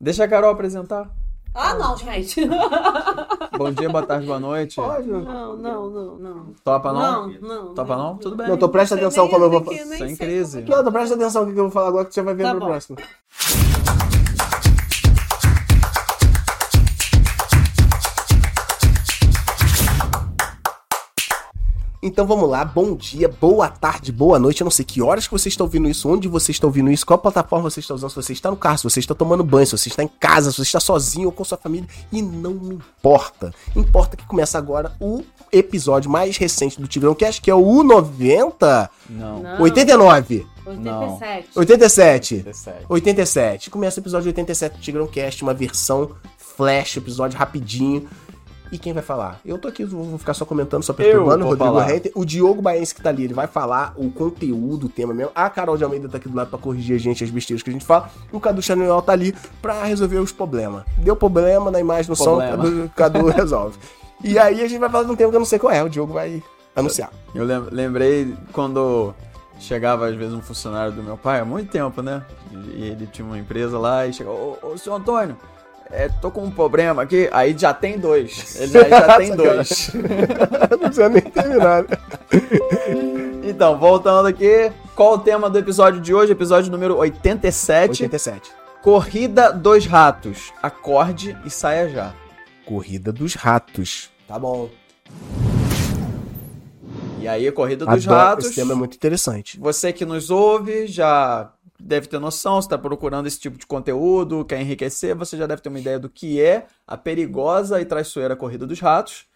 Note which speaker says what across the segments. Speaker 1: Deixa a Carol apresentar.
Speaker 2: Ah, não, gente.
Speaker 1: Bom dia, boa tarde, boa noite.
Speaker 3: Pode.
Speaker 2: Não, não, não, não.
Speaker 1: Topa não?
Speaker 2: Não, não.
Speaker 1: Topa não? Tá Tudo bem.
Speaker 3: Não, tô presta
Speaker 2: Você
Speaker 3: atenção
Speaker 2: nem-
Speaker 3: como eu vou.
Speaker 2: tem que-
Speaker 3: fa-
Speaker 2: nem
Speaker 1: Sem
Speaker 2: sei
Speaker 1: crise.
Speaker 2: como
Speaker 3: Não, tô presta atenção no é que eu vou falar agora que você vai ver
Speaker 2: Tá
Speaker 3: pro
Speaker 2: bom.
Speaker 3: próximo. Então vamos lá, bom dia, boa tarde, boa noite. Eu não sei que horas que você está ouvindo isso, onde você está ouvindo isso, qual plataforma você está usando, se você está no carro, se você está tomando banho, se você está em casa, se você está sozinho ou com sua família. E não me importa. Importa que começa agora o episódio mais recente do Tigrão Cast, que é o 90.
Speaker 1: Não.
Speaker 2: Não.
Speaker 3: 89.
Speaker 1: Não.
Speaker 2: 87.
Speaker 3: 87.
Speaker 1: 17.
Speaker 3: 87. Começa o episódio 87 do Tigrão Cast, uma versão flash, episódio rapidinho. E quem vai falar? Eu tô aqui, vou vou ficar só comentando, só perturbando.
Speaker 1: vou
Speaker 3: Rodrigo
Speaker 1: falar.
Speaker 3: Renter. O Diogo Baense que tá ali, ele vai falar o conteúdo, o tema mesmo. A Carol de Almeida tá aqui do lado pra corrigir a gente, as besteiras que a gente fala. E o Cadu Chanel tá ali pra resolver os problemas. Deu problema na imagem, no som, o
Speaker 1: Problema.
Speaker 3: Cadu, o Cadu resolve. E aí a gente vai falar de um tema que eu não sei qual é, o Diogo vai anunciar.
Speaker 1: Eu lem- lembrei quando chegava às vezes um funcionário do meu pai, há muito tempo, né? E ele tinha uma empresa lá e chegava, ô, ô senhor Antônio, é, tô com um problema aqui. Aí já tem dois. Ele já, já tem dois.
Speaker 3: não precisa nem terminar. né?
Speaker 1: Então, voltando aqui, qual o tema do episódio de hoje? Episódio número 87,
Speaker 3: 87.
Speaker 1: Corrida dos Ratos. Acorde e saia já.
Speaker 3: Corrida dos Ratos. Tá bom.
Speaker 1: E aí, a Corrida dos
Speaker 3: Adoro,
Speaker 1: Ratos.
Speaker 3: Esse tema é muito interessante.
Speaker 1: Você que nos ouve já deve ter noção, se tá procurando esse tipo de conteúdo, quer enriquecer, você já deve ter uma ideia do que é a perigosa e traiçoeira corrida dos ratos.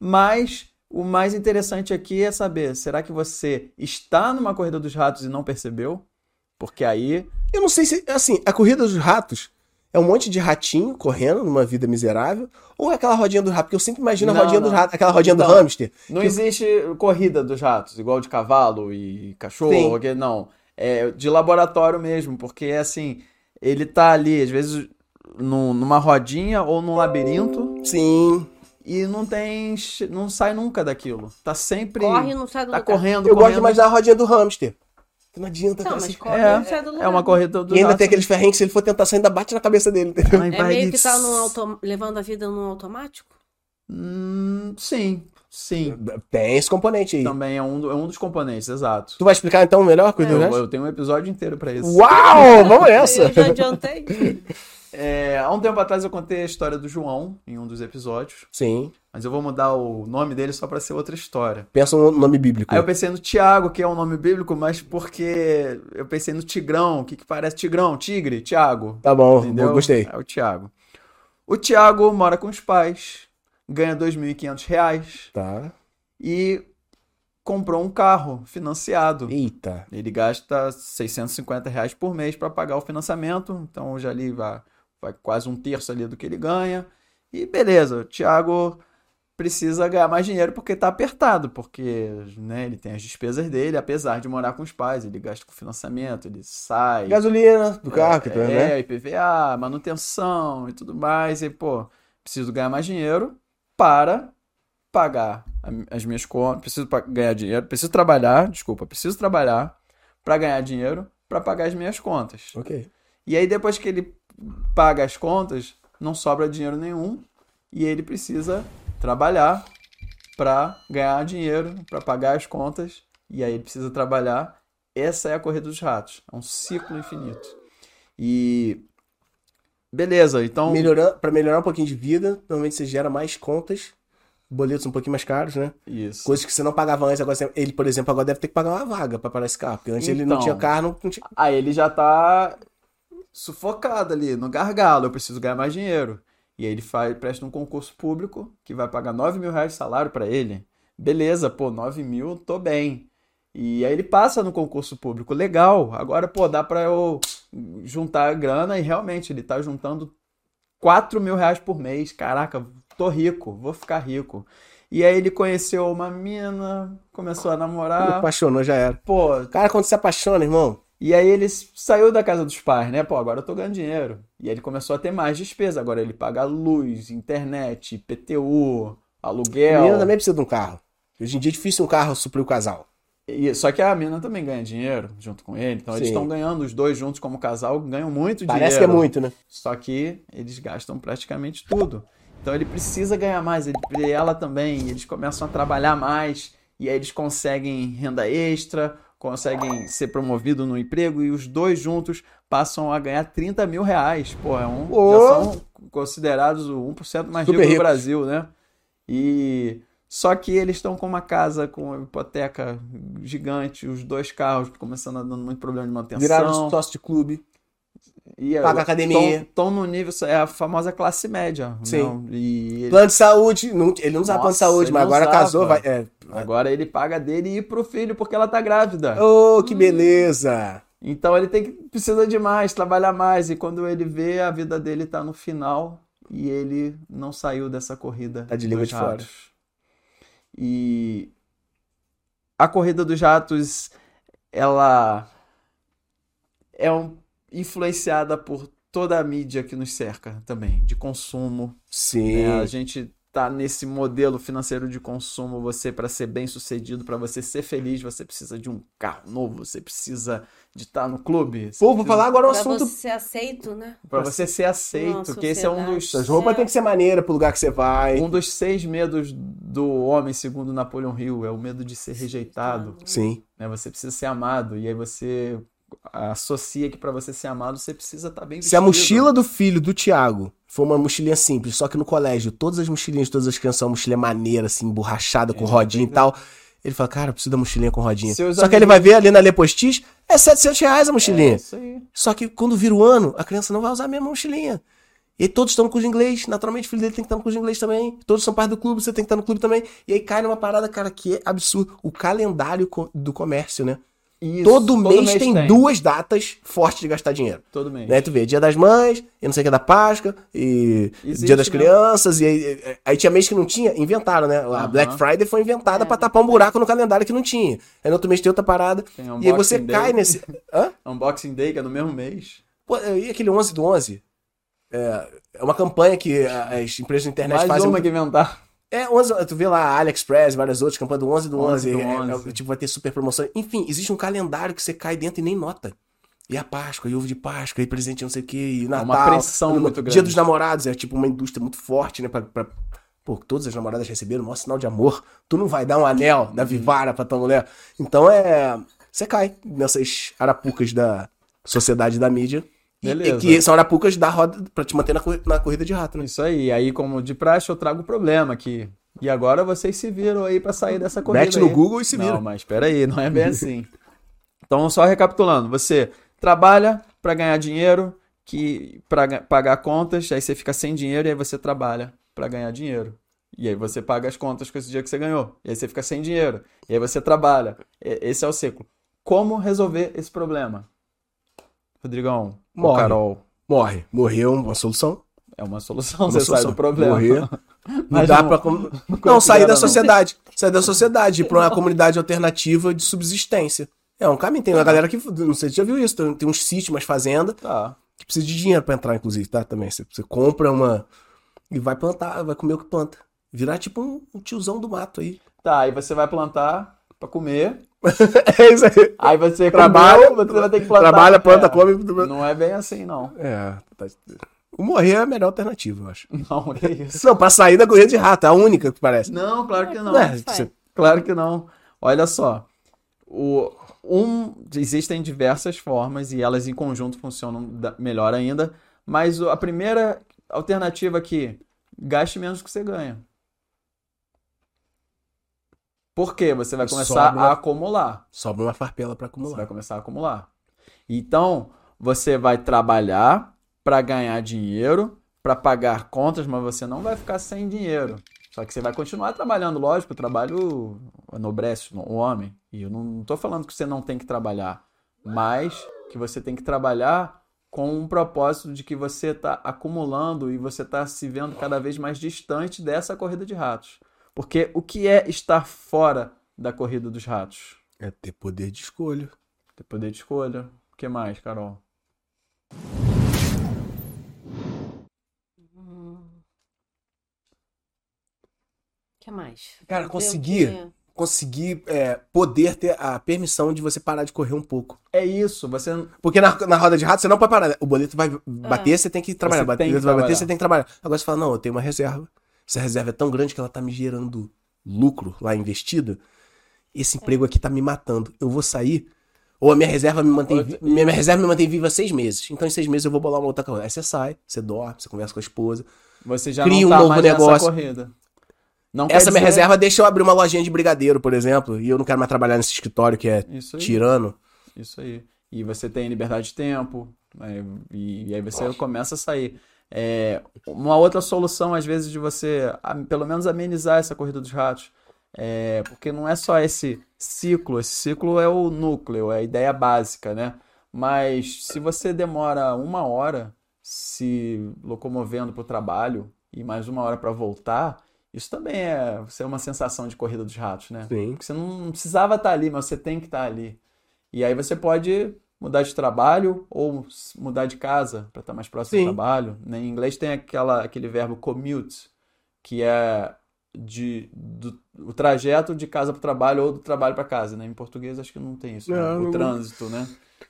Speaker 1: Mas o mais interessante aqui é saber, será que você está numa corrida dos ratos e não percebeu? Porque aí,
Speaker 3: Eu não sei se, assim, a corrida dos ratos é um monte de ratinho correndo numa vida miserável, ou é aquela rodinha dos ratos, porque eu sempre imagino a
Speaker 1: Não,
Speaker 3: rodinha
Speaker 1: não.
Speaker 3: dos ratos, aquela rodinha
Speaker 1: Não.
Speaker 3: do hamster.
Speaker 1: não
Speaker 3: Que-
Speaker 1: existe corrida dos ratos, igual de cavalo e cachorro,
Speaker 3: Sim.
Speaker 1: aquele- não. É de laboratório mesmo, porque assim, ele tá ali, às vezes, num- numa rodinha ou num labirinto.
Speaker 3: Sim.
Speaker 1: e não tem, che- não sai nunca daquilo. Tá sempre
Speaker 2: Corre e não sai do
Speaker 1: tá
Speaker 2: lugar.
Speaker 1: correndo,
Speaker 3: Eu
Speaker 1: correndo.
Speaker 3: gosto mais da rodinha do hamster. Que não adianta,
Speaker 2: Não,
Speaker 3: cara,
Speaker 2: mas
Speaker 3: assim.
Speaker 2: corre
Speaker 1: É,
Speaker 2: e não sai do lugar.
Speaker 1: É uma corrida do
Speaker 3: E ainda
Speaker 1: rato.
Speaker 3: tem aqueles ferrinhos que se ele for tentar sair, ainda bate na cabeça dele, entendeu?
Speaker 1: Ai,
Speaker 2: É
Speaker 1: vai-
Speaker 2: meio que tá num auto... levando a vida num automático?
Speaker 1: Hum, sim, sim.
Speaker 3: Tem esse componente aí.
Speaker 1: Também é um, do- é um dos componentes, exato.
Speaker 3: Tu vai explicar então melhor a corrida
Speaker 1: Eu,
Speaker 3: dos ratos?
Speaker 1: eu tenho um episódio inteiro pra isso.
Speaker 3: Uau! Vamos nessa!
Speaker 2: Eu já adiantei.
Speaker 1: É, há um tempo atrás eu contei a história do João em um dos episódios,
Speaker 3: Sim.
Speaker 1: mas eu vou mudar o nome dele só pra ser outra história.
Speaker 3: Pensa no nome bíblico.
Speaker 1: Aí eu pensei no Tiago, que é um nome bíblico, mas porque eu pensei no Tigrão, o que, que parece Tigrão, Tigre, Tiago,
Speaker 3: Tá bom,
Speaker 1: Entendeu?
Speaker 3: gostei.
Speaker 1: É o Thiago. O Thiago mora com os pais, ganha R$ 2.500 reais
Speaker 3: Tá.
Speaker 1: e comprou um carro financiado.
Speaker 3: Eita.
Speaker 1: É. Ele gasta R$ 650 reais por mês para pagar o financiamento, então já ali vai, vai quase um terço ali do que ele ganha. E beleza, o Thiago precisa ganhar mais dinheiro porque está apertado, porque né, ele tem as despesas dele, apesar de morar com os pais, ele gasta com financiamento, ele sai.
Speaker 3: Gasolina do carro, que tu
Speaker 1: É,
Speaker 3: né?
Speaker 1: IPVA, manutenção e tudo mais. E, pô, preciso ganhar mais dinheiro para pagar a- as minhas contas. Preciso pa- ganhar dinheiro. Preciso trabalhar, desculpa. Preciso trabalhar para ganhar dinheiro para pagar as minhas contas.
Speaker 3: Ok.
Speaker 1: E aí, depois que ele paga as contas, não sobra dinheiro nenhum e ele precisa trabalhar para ganhar dinheiro, para pagar as contas. E aí, ele precisa trabalhar. Essa é a corrida dos ratos. É um ciclo infinito. E. Beleza, então.
Speaker 3: Melhorando, pra melhorar um pouquinho de vida, normalmente você gera mais contas, boletos um pouquinho mais caros, né?
Speaker 1: Isso.
Speaker 3: Coisas que você não pagava antes, agora você- ele, por exemplo, agora deve ter que pagar uma vaga pra parar esse carro, porque antes ele não
Speaker 1: Então.
Speaker 3: tinha carro, não, não tinha...
Speaker 1: Aí ele já tá sufocado ali, no gargalo, eu preciso ganhar mais dinheiro. E aí ele faz, presta um concurso público que vai pagar 9 mil reais de salário pra ele. Beleza, pô, 9 mil, tô bem. E aí ele passa no concurso público, legal. Agora, pô, dá pra eu juntar a grana e realmente ele tá juntando 4 mil reais por mês. Caraca, tô rico, vou ficar rico. E aí ele conheceu uma mina, começou a namorar.
Speaker 3: apaixonou, já era.
Speaker 1: Pô,
Speaker 3: Cara, quando se apaixona, irmão,
Speaker 1: e aí ele s- saiu da casa dos pais, né? Pô, agora eu tô ganhando dinheiro. E aí ele começou a ter mais despesa. Agora ele paga luz, internet, PTU,
Speaker 3: o
Speaker 1: aluguel.
Speaker 3: é menino também precisa de um carro. Hoje em dia é difícil um carro suprir o casal.
Speaker 1: E, só que a mina também ganha dinheiro junto com ele. Então eles
Speaker 3: Sim.
Speaker 1: estão ganhando, os dois juntos como casal, ganham muito
Speaker 3: Parece que é
Speaker 1: dinheiro.
Speaker 3: muito, né?
Speaker 1: Só que eles gastam praticamente tudo. Então ele precisa ganhar mais, ele, e ela também. E eles começam a trabalhar mais, e aí eles conseguem renda extra, conseguem ser promovido no emprego, e os dois juntos passam a ganhar 30 mil reais. Pô, é um,
Speaker 3: Pô!
Speaker 1: já são considerados o 1% mais
Speaker 3: Super
Speaker 1: rico do
Speaker 3: ricos.
Speaker 1: Brasil, né? E. Só que eles estão com uma casa com uma hipoteca gigante, os dois carros começando a dando muito problema de manutenção.
Speaker 3: Viraram sócio de clube.
Speaker 1: E
Speaker 3: Paga academia.
Speaker 1: Estão no nível, é a famosa classe média.
Speaker 3: Sim.
Speaker 1: não? E ele-
Speaker 3: Plano de saúde. não- ele não usava plano de
Speaker 1: Nossa,
Speaker 3: saúde,
Speaker 1: ele
Speaker 3: mas
Speaker 1: não
Speaker 3: agora
Speaker 1: usava.
Speaker 3: casou. Vai, é.
Speaker 1: agora ele paga dele e pro filho, porque ela tá grávida.
Speaker 3: Oh, que beleza!
Speaker 1: Então ele tem que precisa de mais, trabalhar mais. E quando ele vê, a vida dele tá no final e ele não saiu dessa corrida.
Speaker 3: Tá de língua
Speaker 1: dos
Speaker 3: de fora.
Speaker 1: ratos. E a corrida dos ratos, ela é um- influenciada por toda a mídia que nos cerca também, de consumo.
Speaker 3: Sim.
Speaker 1: né? A gente tá nesse modelo financeiro de consumo, você para ser bem-sucedido, para você ser feliz, você precisa de um carro novo, você precisa de estar no clube. você
Speaker 3: Pô, vou
Speaker 1: precisa-
Speaker 3: falar agora um
Speaker 2: Pra
Speaker 3: assunto.
Speaker 2: você ser aceito, né?
Speaker 1: Pra você ser aceito,
Speaker 2: Nossa,
Speaker 1: que esse é um dos
Speaker 3: Suas roupas tem que ser maneira pro lugar que você vai.
Speaker 1: um dos seis medos do homem, segundo Napoleon Hill, é o medo de ser rejeitado,
Speaker 3: Sim.
Speaker 1: né? Você precisa ser amado e aí você associa que para você ser amado, você precisa estar bem
Speaker 3: Se a
Speaker 1: vestido.
Speaker 3: mochila do filho do Thiago for uma mochilinha simples, só que no colégio, todas as mochilinhas de todas as crianças são uma mochilinha maneira, assim, emborrachada, com
Speaker 1: É,
Speaker 3: rodinha e
Speaker 1: tem-
Speaker 3: tal. Ele fala, cara, eu preciso da mochilinha com rodinha.
Speaker 1: Seus
Speaker 3: Só que ele vai ver ali na Lepostis, é 700 reais a
Speaker 1: É
Speaker 3: mochilinha.
Speaker 1: isso aí.
Speaker 3: Só que quando vira o ano, a criança não vai usar a mesma mochilinha. E todos estão no curso de inglês. Naturalmente, o filho dele tem que estar no curso de inglês também. Todos são parte do clube, você tem que estar no clube também. E aí cai numa parada, cara, que é absurdo. O calendário co- do comércio, né?
Speaker 1: Isso,
Speaker 3: todo, mês, tem, duas datas fortes de gastar dinheiro.
Speaker 1: Todo mês.
Speaker 3: Né? Tu vê, dia das mães, e não sei o que é da Páscoa, e
Speaker 1: Existe,
Speaker 3: dia das
Speaker 1: né?
Speaker 3: crianças, e aí, é, aí tinha mês que não tinha, inventaram, né? A
Speaker 1: Aham.
Speaker 3: Black Friday foi inventada
Speaker 2: É,
Speaker 3: pra tapar um buraco no calendário que não tinha. Aí no outro mês tem outra parada,
Speaker 1: Tem
Speaker 3: e aí
Speaker 1: Unboxing
Speaker 3: você
Speaker 1: Day.
Speaker 3: cai nesse... Hã?
Speaker 1: Unboxing Day, que é no mesmo mês.
Speaker 3: Pô, e aquele 11 do 11? É, é uma campanha que a- as empresas da internet
Speaker 1: Mais
Speaker 3: fazem.
Speaker 1: uma que inventaram.
Speaker 3: É, 11, tu vê lá AliExpress, várias outras, campanha do 11 do
Speaker 1: 11
Speaker 3: 11.
Speaker 1: do
Speaker 3: é, é,
Speaker 1: 11.
Speaker 3: tipo, vai ter super promoção. Enfim, existe um calendário que você cai dentro e nem nota. E a Páscoa, e ovo de Páscoa, e presente não sei o que, e Natal.
Speaker 1: É pressão
Speaker 3: ano-
Speaker 1: muito
Speaker 3: Dia
Speaker 1: grande.
Speaker 3: dos namorados, é tipo uma indústria muito forte, né? Pra, pra- Pô, todas as namoradas receberam o maior sinal de amor. Tu não vai dar um anel
Speaker 1: Uhum.
Speaker 3: da Vivara pra tua mulher. Então é... Você cai nessas arapucas da sociedade da mídia. E,
Speaker 1: Beleza.
Speaker 3: e que são arapucas da roda pra te manter na, cor- na corrida de rato, né?
Speaker 1: Isso aí. Aí, como de praxe, eu trago o problema aqui. E agora vocês se viram aí pra sair dessa corrida.
Speaker 3: Mete no
Speaker 1: aí.
Speaker 3: Google e se vira.
Speaker 1: Não, mas espera aí, não é bem assim. Então, só recapitulando, você trabalha pra ganhar dinheiro, que para pagar contas, aí você fica sem dinheiro e aí você trabalha pra ganhar dinheiro. E aí você paga as contas com esse dinheiro que você ganhou. E aí você fica sem dinheiro. E aí você trabalha. E- Esse é o ciclo. Como resolver esse problema? Rodrigão, ou
Speaker 3: Morre.
Speaker 1: Carol,
Speaker 3: Morre. Morreu, uma solução.
Speaker 1: é uma solução,
Speaker 3: Uma
Speaker 1: você
Speaker 3: solução.
Speaker 1: sai do problema.
Speaker 3: Morrer. Não
Speaker 1: Mas
Speaker 3: dá
Speaker 1: não-
Speaker 3: pra. com- Não,
Speaker 1: considera,
Speaker 3: sair da
Speaker 1: não.
Speaker 3: sociedade. Sair da sociedade, ir pra uma comunidade alternativa de subsistência. É um caminho. Tem uma galera que. Não sei se você já viu isso. Tem, tem uns sítios, umas fazendas,
Speaker 1: Tá.
Speaker 3: que precisa de dinheiro pra entrar, inclusive, tá? Também. Você, você compra uma. E vai plantar, vai comer o que planta. Virar tipo um, um tiozão do mato aí.
Speaker 1: Tá, aí você vai plantar pra comer.
Speaker 3: É isso aí.
Speaker 1: Aí você
Speaker 3: Trabalha,
Speaker 1: comeu, você vai ter que plantar.
Speaker 3: Trabalha, planta,
Speaker 1: É,
Speaker 3: come.
Speaker 1: Não é bem assim, não.
Speaker 3: É. tá- O morrer é a melhor alternativa, eu acho.
Speaker 1: Não, que isso.
Speaker 3: Não, pra sair da corrida de rato, é a única que parece.
Speaker 1: Não, claro que não.
Speaker 3: Ué,
Speaker 2: Vai.
Speaker 3: é, você-
Speaker 1: Claro que não. Olha só. O, um, existem diversas formas e elas em conjunto funcionam da- melhor ainda. Mas o- a primeira alternativa aqui, gaste menos do que você ganha. Por quê? Você vai começar
Speaker 3: Sobra.
Speaker 1: a acumular.
Speaker 3: Sobra uma farpela pra
Speaker 1: Você
Speaker 3: acumular.
Speaker 1: vai começar a acumular. Então, você vai trabalhar para ganhar dinheiro, para pagar contas, mas você não vai ficar sem dinheiro. Só que você vai continuar trabalhando, lógico, o trabalho nobrece o homem. E eu não estou falando que você não tem que trabalhar, mas que você tem que trabalhar com um propósito de que você está acumulando e você está se vendo cada vez mais distante dessa corrida de ratos. Porque o que é estar fora da corrida dos ratos?
Speaker 3: É ter poder de escolha.
Speaker 1: Ter poder de escolha. O que mais, Carol?
Speaker 2: O que mais?
Speaker 3: Cara,
Speaker 2: Eu
Speaker 3: consegui
Speaker 2: queria-
Speaker 3: conseguir é, poder ter a permissão de você parar de correr um pouco.
Speaker 1: É isso, você.
Speaker 3: Porque na, na roda de rato você não pode parar. né? O boleto vai bater, você tem que trabalhar.
Speaker 1: É. Você
Speaker 3: O
Speaker 1: tem
Speaker 3: boleto
Speaker 1: que
Speaker 3: vai bater,
Speaker 1: trabalhar.
Speaker 3: você tem que trabalhar. Agora você fala, não, eu tenho uma reserva. Essa reserva é tão grande que ela tá me gerando lucro lá investido.
Speaker 1: É.
Speaker 3: Esse emprego aqui tá me matando. Eu vou sair. Ou a minha reserva me mantém.
Speaker 1: Ou-
Speaker 3: Minha minha reserva me mantém viva seis meses. Então, em seis meses, eu vou bolar uma outra coisa. Aí você sai, você dorme, você conversa com a esposa.
Speaker 1: Você já
Speaker 3: Cria
Speaker 1: não
Speaker 3: um
Speaker 1: tá
Speaker 3: novo
Speaker 1: mais nessa
Speaker 3: negócio.
Speaker 1: corrida. Não quer
Speaker 3: Essa minha
Speaker 1: dizer-
Speaker 3: reserva deixa eu abrir uma lojinha de brigadeiro, por exemplo. E eu não quero mais trabalhar nesse escritório que é
Speaker 1: Isso aí.
Speaker 3: tirano.
Speaker 1: Isso aí. E você tem liberdade de tempo, né? e, e aí você começa a sair. É, uma outra solução, às vezes, de você, a- pelo menos, amenizar essa corrida dos ratos. É, porque não é só esse ciclo, esse ciclo é o núcleo, é a ideia básica, né? Mas se você demora uma hora se locomovendo para o trabalho e mais uma hora para voltar, isso também é, isso é uma sensação de corrida dos ratos, né?
Speaker 3: Sim.
Speaker 1: Porque você não precisava estar ali, mas você tem que estar ali. E aí você pode mudar de trabalho ou s- mudar de casa para estar mais próximo
Speaker 3: Sim.
Speaker 1: do trabalho. né? Em inglês tem aquela, aquele verbo commute, que é de, do- o trajeto de casa para o trabalho ou do trabalho para casa. Né? Em português acho que não tem isso, né?
Speaker 3: Não,
Speaker 1: O
Speaker 3: não-
Speaker 1: trânsito, né?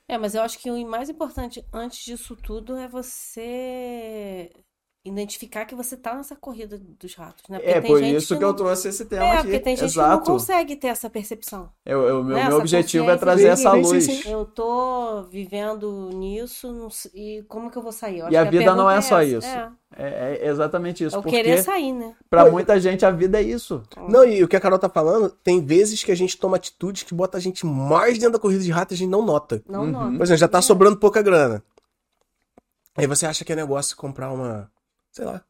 Speaker 2: É, mas eu acho que o mais importante antes disso tudo é você identificar que você tá nessa corrida dos ratos, né? Porque
Speaker 1: É
Speaker 2: tem
Speaker 1: por
Speaker 2: gente
Speaker 1: isso que
Speaker 2: não-
Speaker 1: eu trouxe esse tema
Speaker 2: É,
Speaker 1: aqui.
Speaker 2: porque tem gente que
Speaker 1: Exato.
Speaker 2: não consegue ter essa percepção.
Speaker 1: É o- é o meu,
Speaker 2: Nessa
Speaker 1: meu objetivo é
Speaker 2: consciência.
Speaker 1: trazer
Speaker 3: Sim,
Speaker 1: essa
Speaker 3: sim, sim,
Speaker 1: luz.
Speaker 3: sim.
Speaker 2: Eu tô vivendo nisso não sei- e como que eu vou sair? Eu
Speaker 1: E
Speaker 2: acho
Speaker 1: a
Speaker 2: que
Speaker 1: vida não
Speaker 2: pergunta
Speaker 1: é só
Speaker 2: essa.
Speaker 1: isso.
Speaker 2: É,
Speaker 1: É, é exatamente isso.
Speaker 2: é o
Speaker 1: Porque
Speaker 2: querer sair, né?
Speaker 1: para muita gente a vida é isso.
Speaker 3: Não, e o que a Carol tá falando, tem vezes que a gente toma atitudes que bota a gente mais dentro da corrida de rato e a gente não nota.
Speaker 2: Não
Speaker 1: Uhum.
Speaker 2: nota.
Speaker 3: Por exemplo, já tá
Speaker 2: É.
Speaker 3: sobrando pouca grana. Aí você acha que é negócio comprar uma, sei lá,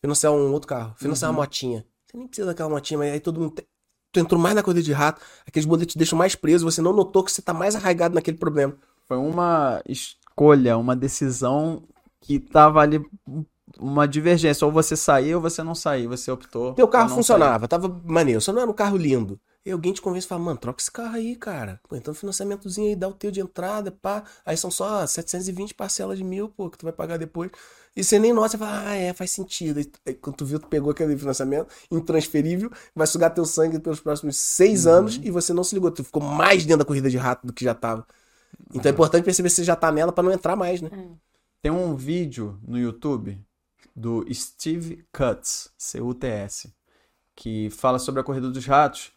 Speaker 3: financiar um outro carro, financiar uma motinha. Você nem precisa daquela motinha, mas aí todo mundo te- tu entrou mais na corrida de rato, aqueles boletos te deixam mais preso, você não notou que você tá mais arraigado naquele problema.
Speaker 1: Foi uma escolha, uma decisão que tava ali um- uma divergência. Ou você sair ou você não sair. Você optou.
Speaker 3: Teu
Speaker 1: por
Speaker 3: carro
Speaker 1: não
Speaker 3: funcionava, tava maneiro, só não era um carro lindo. E alguém te convence e fala, mano, troca esse carro aí, cara. Pô, então financiamentozinho aí, dá o teu de entrada, pá. Aí são só 720 parcelas de mil, pô, que tu vai pagar depois. E você nem nota, você fala, ah, é, faz sentido. Aí, aí quando tu viu, tu pegou aquele financiamento intransferível, vai sugar teu sangue pelos próximos seis
Speaker 1: Uhum.
Speaker 3: anos e você não se ligou. Tu ficou mais dentro da corrida de rato do que já tava. Então
Speaker 1: Uhum.
Speaker 3: é importante perceber se você já tá nela pra não entrar mais, né?
Speaker 1: Tem um vídeo no YouTube do Steve Cutts, C-U-T-S, que fala sobre a corrida dos ratos.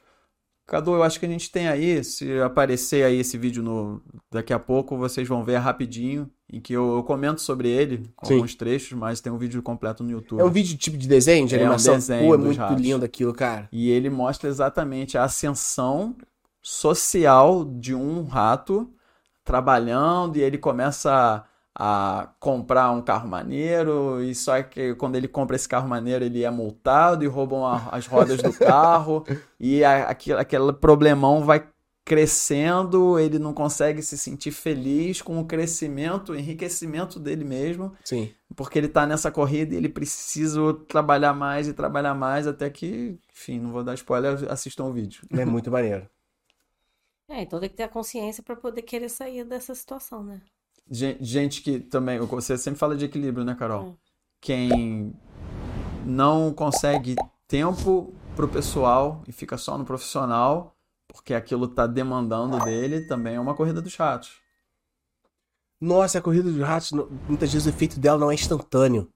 Speaker 1: Cadu, eu acho que a gente tem aí, se aparecer aí esse vídeo no daqui a pouco, vocês vão ver rapidinho, em que eu, eu comento sobre ele, com
Speaker 3: Sim.
Speaker 1: alguns trechos, mas tem um vídeo completo no YouTube.
Speaker 3: É um vídeo tipo de desenho, de
Speaker 1: Uhum. É um
Speaker 3: animação.
Speaker 1: desenho
Speaker 3: pô, é
Speaker 1: dos
Speaker 3: muito
Speaker 1: ratos.
Speaker 3: lindo aquilo, cara.
Speaker 1: E ele mostra exatamente a ascensão social de um rato trabalhando, e ele começa a, a comprar um carro maneiro, e só que quando ele compra esse carro maneiro, ele é multado e roubam a- as rodas do carro, e a- aquilo- aquele problemão vai crescendo, ele não consegue se sentir feliz com o crescimento, o enriquecimento dele mesmo
Speaker 3: Sim.
Speaker 1: porque ele tá nessa corrida e ele precisa trabalhar mais e trabalhar mais até que, enfim, não vou dar spoiler, assistam o vídeo.
Speaker 3: É muito maneiro.
Speaker 2: É, então tem que ter a consciência pra poder querer sair dessa situação, né?
Speaker 1: Gen- Gente que também, você sempre fala de equilíbrio, né, Carol?
Speaker 2: Hum.
Speaker 1: Quem não consegue tempo pro pessoal e fica só no profissional, porque aquilo tá demandando dele, também é uma corrida dos ratos.
Speaker 3: Nossa, a corrida dos ratos, no- muitas vezes o efeito dela não é instantâneo.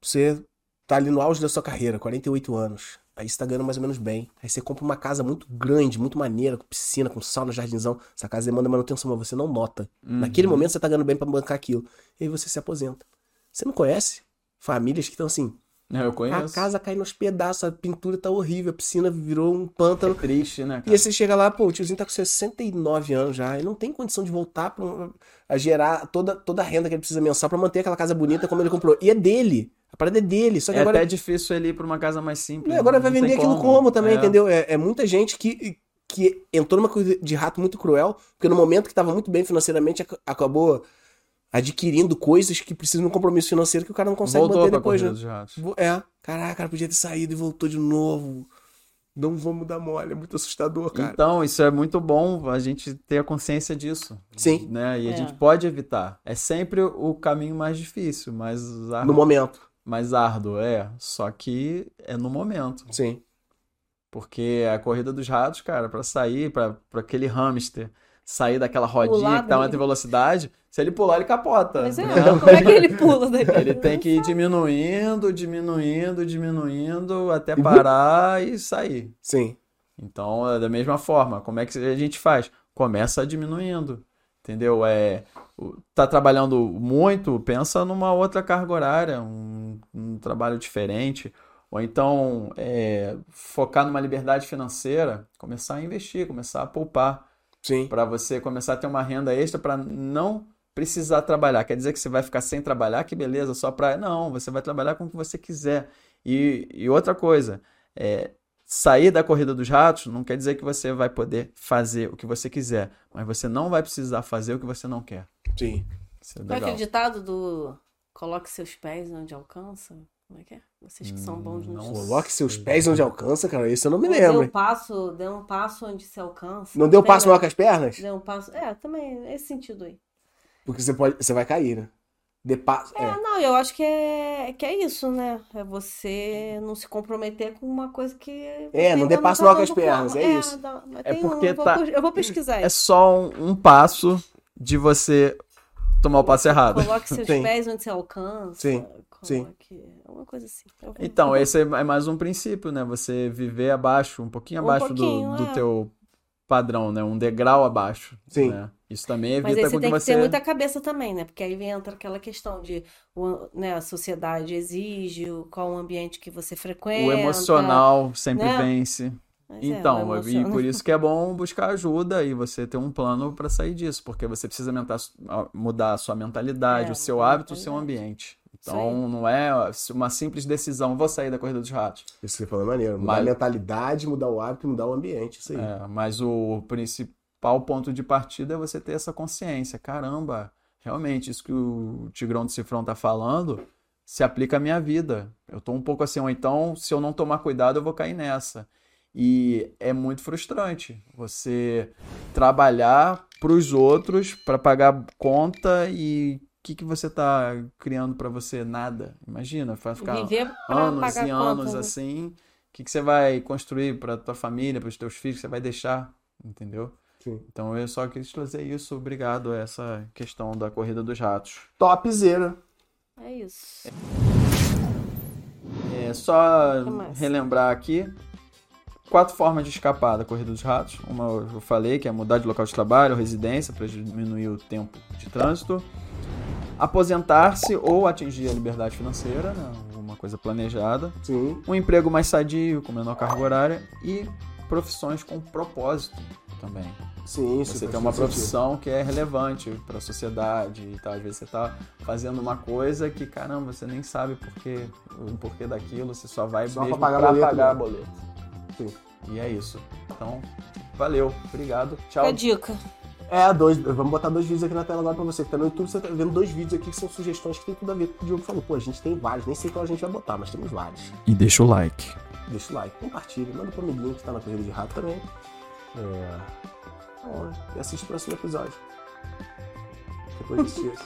Speaker 3: Você tá ali no auge da sua carreira, 48 anos. Aí você tá ganhando mais ou menos bem. Aí você compra uma casa muito grande, muito maneira, com piscina, com sauna, jardinzão. Essa casa demanda manutenção, mas você não nota.
Speaker 1: Hum. Uhum.
Speaker 3: Naquele momento você tá ganhando bem pra bancar aquilo. E aí você se aposenta. Você não conhece famílias que estão assim,
Speaker 1: É, Eu conheço.
Speaker 3: a casa cai nos pedaços, a pintura tá horrível, a piscina virou um pântano.
Speaker 1: É triste, né,
Speaker 3: E
Speaker 1: cara?
Speaker 3: aí você chega lá, pô, o tiozinho tá com 69 anos já, ele não tem condição de voltar pra, um- a gerar toda, toda a renda que ele precisa mensal pra manter aquela casa bonita como ele comprou. E é dele, a parada é dele, só que
Speaker 1: É
Speaker 3: agora,
Speaker 1: até difícil ele ir pra uma casa mais simples.
Speaker 3: né, agora
Speaker 1: não
Speaker 3: vai
Speaker 1: tem
Speaker 3: vender aquilo
Speaker 1: como.
Speaker 3: como também,
Speaker 1: É.
Speaker 3: entendeu? É, é muita gente que, que entrou numa coisa de rato muito cruel, porque no momento que tava muito bem financeiramente, ac- acabou adquirindo coisas que precisam de um compromisso financeiro que o cara não consegue
Speaker 1: Voltou
Speaker 3: manter
Speaker 1: pra
Speaker 3: depois,
Speaker 1: corrida
Speaker 3: né?
Speaker 1: dos ratos.
Speaker 3: Vo- É, caraca, cara podia ter saído e voltou de novo. Não vamos dar mole, é muito assustador, cara.
Speaker 1: Então, isso é muito bom a gente ter a consciência disso,
Speaker 3: Sim.
Speaker 1: né? E a
Speaker 2: É.
Speaker 1: gente pode evitar. É sempre o caminho mais difícil, mais
Speaker 3: No
Speaker 1: árduo,
Speaker 3: momento.
Speaker 1: mais árduo, é. Só que é no momento,
Speaker 3: Sim.
Speaker 1: Porque a corrida dos ratos, cara, pra sair, pra pra aquele hamster sair daquela rodinha
Speaker 2: Pular
Speaker 1: que tá uma
Speaker 2: dele.
Speaker 1: velocidade, se ele pular, ele capota.
Speaker 2: Mas é,
Speaker 1: entendeu?
Speaker 2: como é que ele pula daqui?
Speaker 1: Ele tem que ir diminuindo, diminuindo, diminuindo até parar e sair.
Speaker 3: Sim.
Speaker 1: Então, é da mesma forma, como é que a gente faz? Começa diminuindo, entendeu? É, o- tá trabalhando muito, pensa numa outra carga horária, um, um trabalho diferente, ou então é, focar numa liberdade financeira, começar a investir, começar a poupar,
Speaker 3: Sim.
Speaker 1: para você começar a ter uma renda extra para não precisar trabalhar. Quer dizer que você vai ficar sem trabalhar, que beleza, só para. Não, você vai trabalhar com o que você quiser. E, e outra coisa, é, sair da corrida dos ratos não quer dizer que você vai poder fazer o que você quiser, mas você não vai precisar fazer o que você não quer.
Speaker 3: Sim.
Speaker 1: Isso é
Speaker 2: Não é
Speaker 1: legal.
Speaker 2: aquele ditado do coloque seus pés onde alcança? Como é que é? Vocês que são bons
Speaker 1: Não
Speaker 2: nos
Speaker 3: Coloque seus pés onde alcança, cara. Isso eu não me
Speaker 2: Dê
Speaker 3: lembro.
Speaker 2: um passo, dê um passo onde se alcança.
Speaker 3: Não deu
Speaker 2: Pega-
Speaker 3: passo maior que as pernas?
Speaker 2: Dê um passo. É, também, esse sentido aí.
Speaker 3: Porque você pode. Você vai cair, né? Dê passo.
Speaker 2: É,
Speaker 3: É.
Speaker 2: não, eu acho que é, que é isso, né? É você não se comprometer com uma coisa que.
Speaker 3: É,
Speaker 2: você
Speaker 3: não
Speaker 2: ainda
Speaker 3: dê passo
Speaker 2: tá
Speaker 3: maior que as
Speaker 2: dando
Speaker 3: pernas,
Speaker 2: forma.
Speaker 3: é isso.
Speaker 2: dá- mas
Speaker 1: É
Speaker 2: tem um-
Speaker 1: porque
Speaker 2: eu vou
Speaker 1: tá-
Speaker 2: pes- Eu vou pesquisar
Speaker 1: É
Speaker 2: isso.
Speaker 1: só um, um passo de você tomar o passo errado.
Speaker 2: Coloque seus
Speaker 3: Sim.
Speaker 2: pés onde você alcança.
Speaker 3: Sim, sim.
Speaker 2: Coloque. Uma coisa assim. Eu vou-
Speaker 1: Então, esse é mais um princípio, né? Você viver abaixo, um pouquinho
Speaker 2: Um
Speaker 1: abaixo
Speaker 2: pouquinho,
Speaker 1: do, do
Speaker 2: é.
Speaker 1: teu padrão, né? Um degrau abaixo.
Speaker 3: Sim.
Speaker 1: né? Isso também evita
Speaker 2: Mas aí você
Speaker 1: com que
Speaker 2: tem que
Speaker 1: você.
Speaker 2: ter muita cabeça também, né? Porque aí entra aquela questão de o- né, a sociedade exige, o- qual o ambiente que você frequenta.
Speaker 1: O emocional sempre
Speaker 2: né?
Speaker 1: vence.
Speaker 2: Mas é, o
Speaker 1: Então, e
Speaker 2: emocional.
Speaker 1: por isso que é bom buscar ajuda e você ter um plano pra sair disso, porque você precisa mentar- mudar a sua mentalidade,
Speaker 2: É,
Speaker 1: o seu
Speaker 2: mudar a
Speaker 1: hábito, o seu
Speaker 2: mentalidade.
Speaker 1: ambiente.
Speaker 2: Isso aí.
Speaker 1: Então, não é uma simples decisão, vou sair da corrida dos ratos.
Speaker 3: Isso que você falou é maneiro. Mudar
Speaker 1: Mas-
Speaker 3: a mentalidade, mudar o hábito, mudar o ambiente. Isso aí.
Speaker 1: É, mas o principal ponto de partida é você ter essa consciência. Caramba, realmente, isso que o Tigrão do Cifrão tá falando se aplica à minha vida. Eu tô um pouco assim, ou então, se eu não tomar cuidado, eu vou cair nessa. E é muito frustrante você trabalhar pros outros para pagar conta e o que, que você tá criando para você? Nada. Imagina, vai ficar
Speaker 2: Viver pra
Speaker 1: anos
Speaker 2: pagar
Speaker 1: e
Speaker 2: conta,
Speaker 1: anos
Speaker 2: né?
Speaker 1: assim, o que, que você vai construir para tua família, para os teus filhos, que você vai deixar, entendeu?
Speaker 3: Sim.
Speaker 1: Então eu só quis trazer isso, obrigado a essa questão da corrida dos ratos.
Speaker 3: Topzera.
Speaker 2: É isso.
Speaker 1: É só
Speaker 2: Que massa.
Speaker 1: relembrar aqui quatro formas de escapar da corrida dos ratos. Uma eu falei que é mudar de local de trabalho, ou residência para diminuir o tempo de trânsito, aposentar-se ou atingir a liberdade financeira, né? uma coisa planejada.
Speaker 3: Sim.
Speaker 1: um emprego mais sadio, com menor carga horária e profissões com propósito também.
Speaker 3: Sim, isso.
Speaker 1: Você
Speaker 3: faz
Speaker 1: tem uma
Speaker 3: todo
Speaker 1: profissão que é relevante para a sociedade e tal. Às vezes você tá fazendo uma coisa que, caramba, você nem sabe por quê, o porquê daquilo, você só vai
Speaker 3: Só
Speaker 1: mesmo
Speaker 3: pra pagar
Speaker 1: pra
Speaker 3: boleto,
Speaker 1: pagar
Speaker 3: né?
Speaker 1: boleto.
Speaker 3: Sim.
Speaker 1: E é isso. Então, valeu, obrigado, tchau.
Speaker 2: Fica a dica.
Speaker 3: sentido. É, dois. Vamos botar dois vídeos aqui na tela agora pra você. Que tá no YouTube, você tá vendo dois vídeos aqui que são sugestões que tem tudo a ver com o que o Diogo falou. Pô, a gente tem vários. Nem sei qual a gente vai botar, mas temos vários.
Speaker 1: E deixa o like.
Speaker 3: Deixa o like, compartilha, manda pro amiguinho que tá na corrida de rato também. É. Bom, e assiste o próximo episódio. Depois desses dias.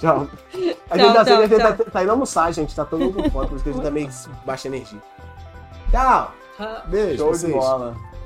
Speaker 3: tchau. A gente,
Speaker 2: Tchau,
Speaker 3: tá, a
Speaker 2: tchau,
Speaker 3: gente tá-
Speaker 2: tchau.
Speaker 3: tá indo almoçar, gente. Tá todo mundo com fome, por isso que a gente tá meio baixa energia. Tchau! Beijo,
Speaker 1: Show de
Speaker 3: vocês.
Speaker 1: bola.